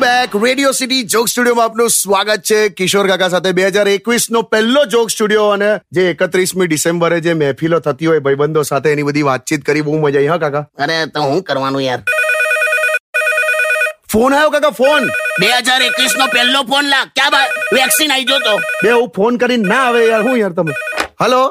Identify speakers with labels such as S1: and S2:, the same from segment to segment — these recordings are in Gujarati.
S1: બેક રેડિયો સિટી જોક સ્ટુડિયોમાં આપનું સ્વાગત છે કિશોર કાકા સાથે બે હજાર એકવીસ નો પહેલો જોક સ્ટુડિયો અને જે એકત્રીસમી ડિસેમ્બરે જે મહેફિલો થતી હોય ભાઈબંધો સાથે એની બધી વાતચીત કરી બહુ મજા આવી હા કાકા
S2: અરે તો હું કરવાનું યાર
S1: ફોન આવ્યો કાકા ફોન
S2: બે હજાર એકવીસ નો પહેલો ફોન લા ક્યાં બાત વેક્સિન આવી ગયો તો
S1: બે હું ફોન કરીને ના આવે યાર હું યાર તમે હલો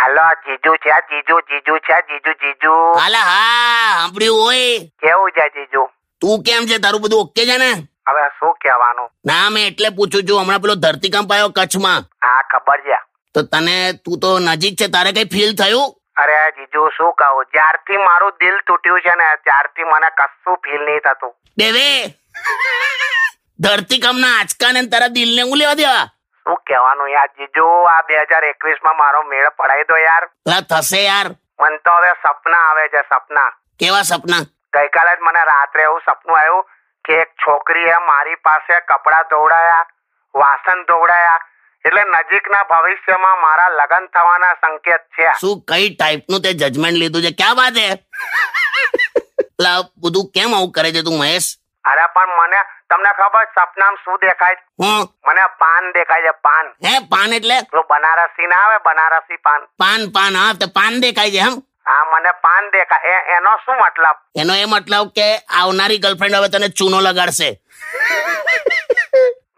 S3: હાલો જીજુ છે આ જીજુ જીજુ છે આ જીજુ જીજુ
S2: હાલા હા સાંભળ્યું હોય
S3: કેવું છે જીજુ
S2: તું કેમ છે તારું બધું ઓકે છે ને
S3: હવે શું કહેવાનું
S2: ના મેં એટલે પૂછું છું હમણાં પેલો ધરતીકંપ આવ્યો કચ્છમાં
S3: હા ખબર છે
S2: તો તને તું તો નજીક છે તારે કઈ ફીલ થયું
S3: અરે જીજુ શું કહું જ્યારથી મારું દિલ તૂટ્યું છે ને ત્યારથી મને કશું ફીલ નહીં થતું
S2: દેવે ધરતીકંપના આંચકાને ને તારા દિલને હું લેવા દેવા
S3: શું કહેવાનું યાર જીજુ આ બે હજાર એકવીસ માં મારો મેળ પડાઈ દો યાર
S2: અલા થશે યાર
S3: મને તો હવે સપના આવે છે સપના
S2: કેવા સપના
S3: ગઈકાલે જ મને રાત્રે એવું સપનું આવ્યું કે એક છોકરીએ મારી પાસે કપડાં ધોવડાયા વાસણ ધોવડાયા એટલે નજીકના ભવિષ્યમાં મારા લગ્ન થવાના સંકેત છે
S2: શું કઈ ટાઈપનું તે જજમેન્ટ લીધું છે ક્યાં વાત હે અલા, આ બધું કેમ આવું કરે છે તું મહેશ
S3: અરે પણ મને તમને ખબર છે સપનામાં શું દેખાય છે?
S2: હું
S3: મને પાન દેખાય છે પાન
S2: હે પાન એટલે
S3: પેલું બનારસી ના આવે બનારસી પાન
S2: પાન પાન હા તે પાન દેખાય છે હમ
S3: હા મને પાન દેખાય એ- એનો શું મતલબ
S2: એનો એ મતલબ કે આવનારી ગર્લફ્રેન્ડ હવે તને ચૂનો લગાડશે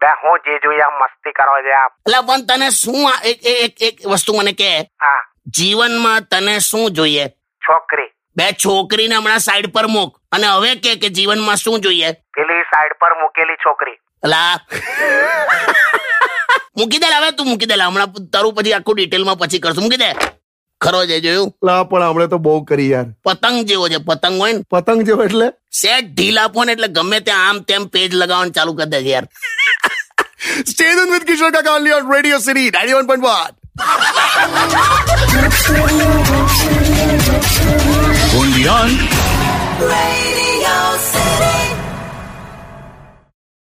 S3: બે હું જીજુ યાર મસ્તી કરો છે આપ
S2: એટલે પણ તને શું આ- એક એક- એક એક વસ્તુ મને કે
S3: હા
S2: જીવનમાં તને શું જોઈએ
S3: છોકરી
S2: બે છોકરીને હમણાં સાઈડ પર મૂક અને હવે કે કે જીવનમાં શું જોઈએ
S3: પેલી સાઈડ પર મૂકેલી છોકરી
S2: એટલે આ- મૂકી દે લા, હવે તું મૂકી દે લા, હમણાં તારું પછી આખું ડિટેલમાં પછી કરશું મૂકી દે ખરો છે જોયું
S1: લા પણ હમણે તો બહુ કરી યાર
S2: પતંગ જેવો છે પતંગ હોય ને
S1: પતંગ જેવો એટલે
S2: સેટ ઢીલ આપો ને એટલે ગમે ત્યાં આમ તેમ પેજ લગાવવાનું ચાલુ કરી દે છે યાર
S1: સ્ટેજ વિથ કિશોર કાકા only on Radio City ninety one point one
S4: Radio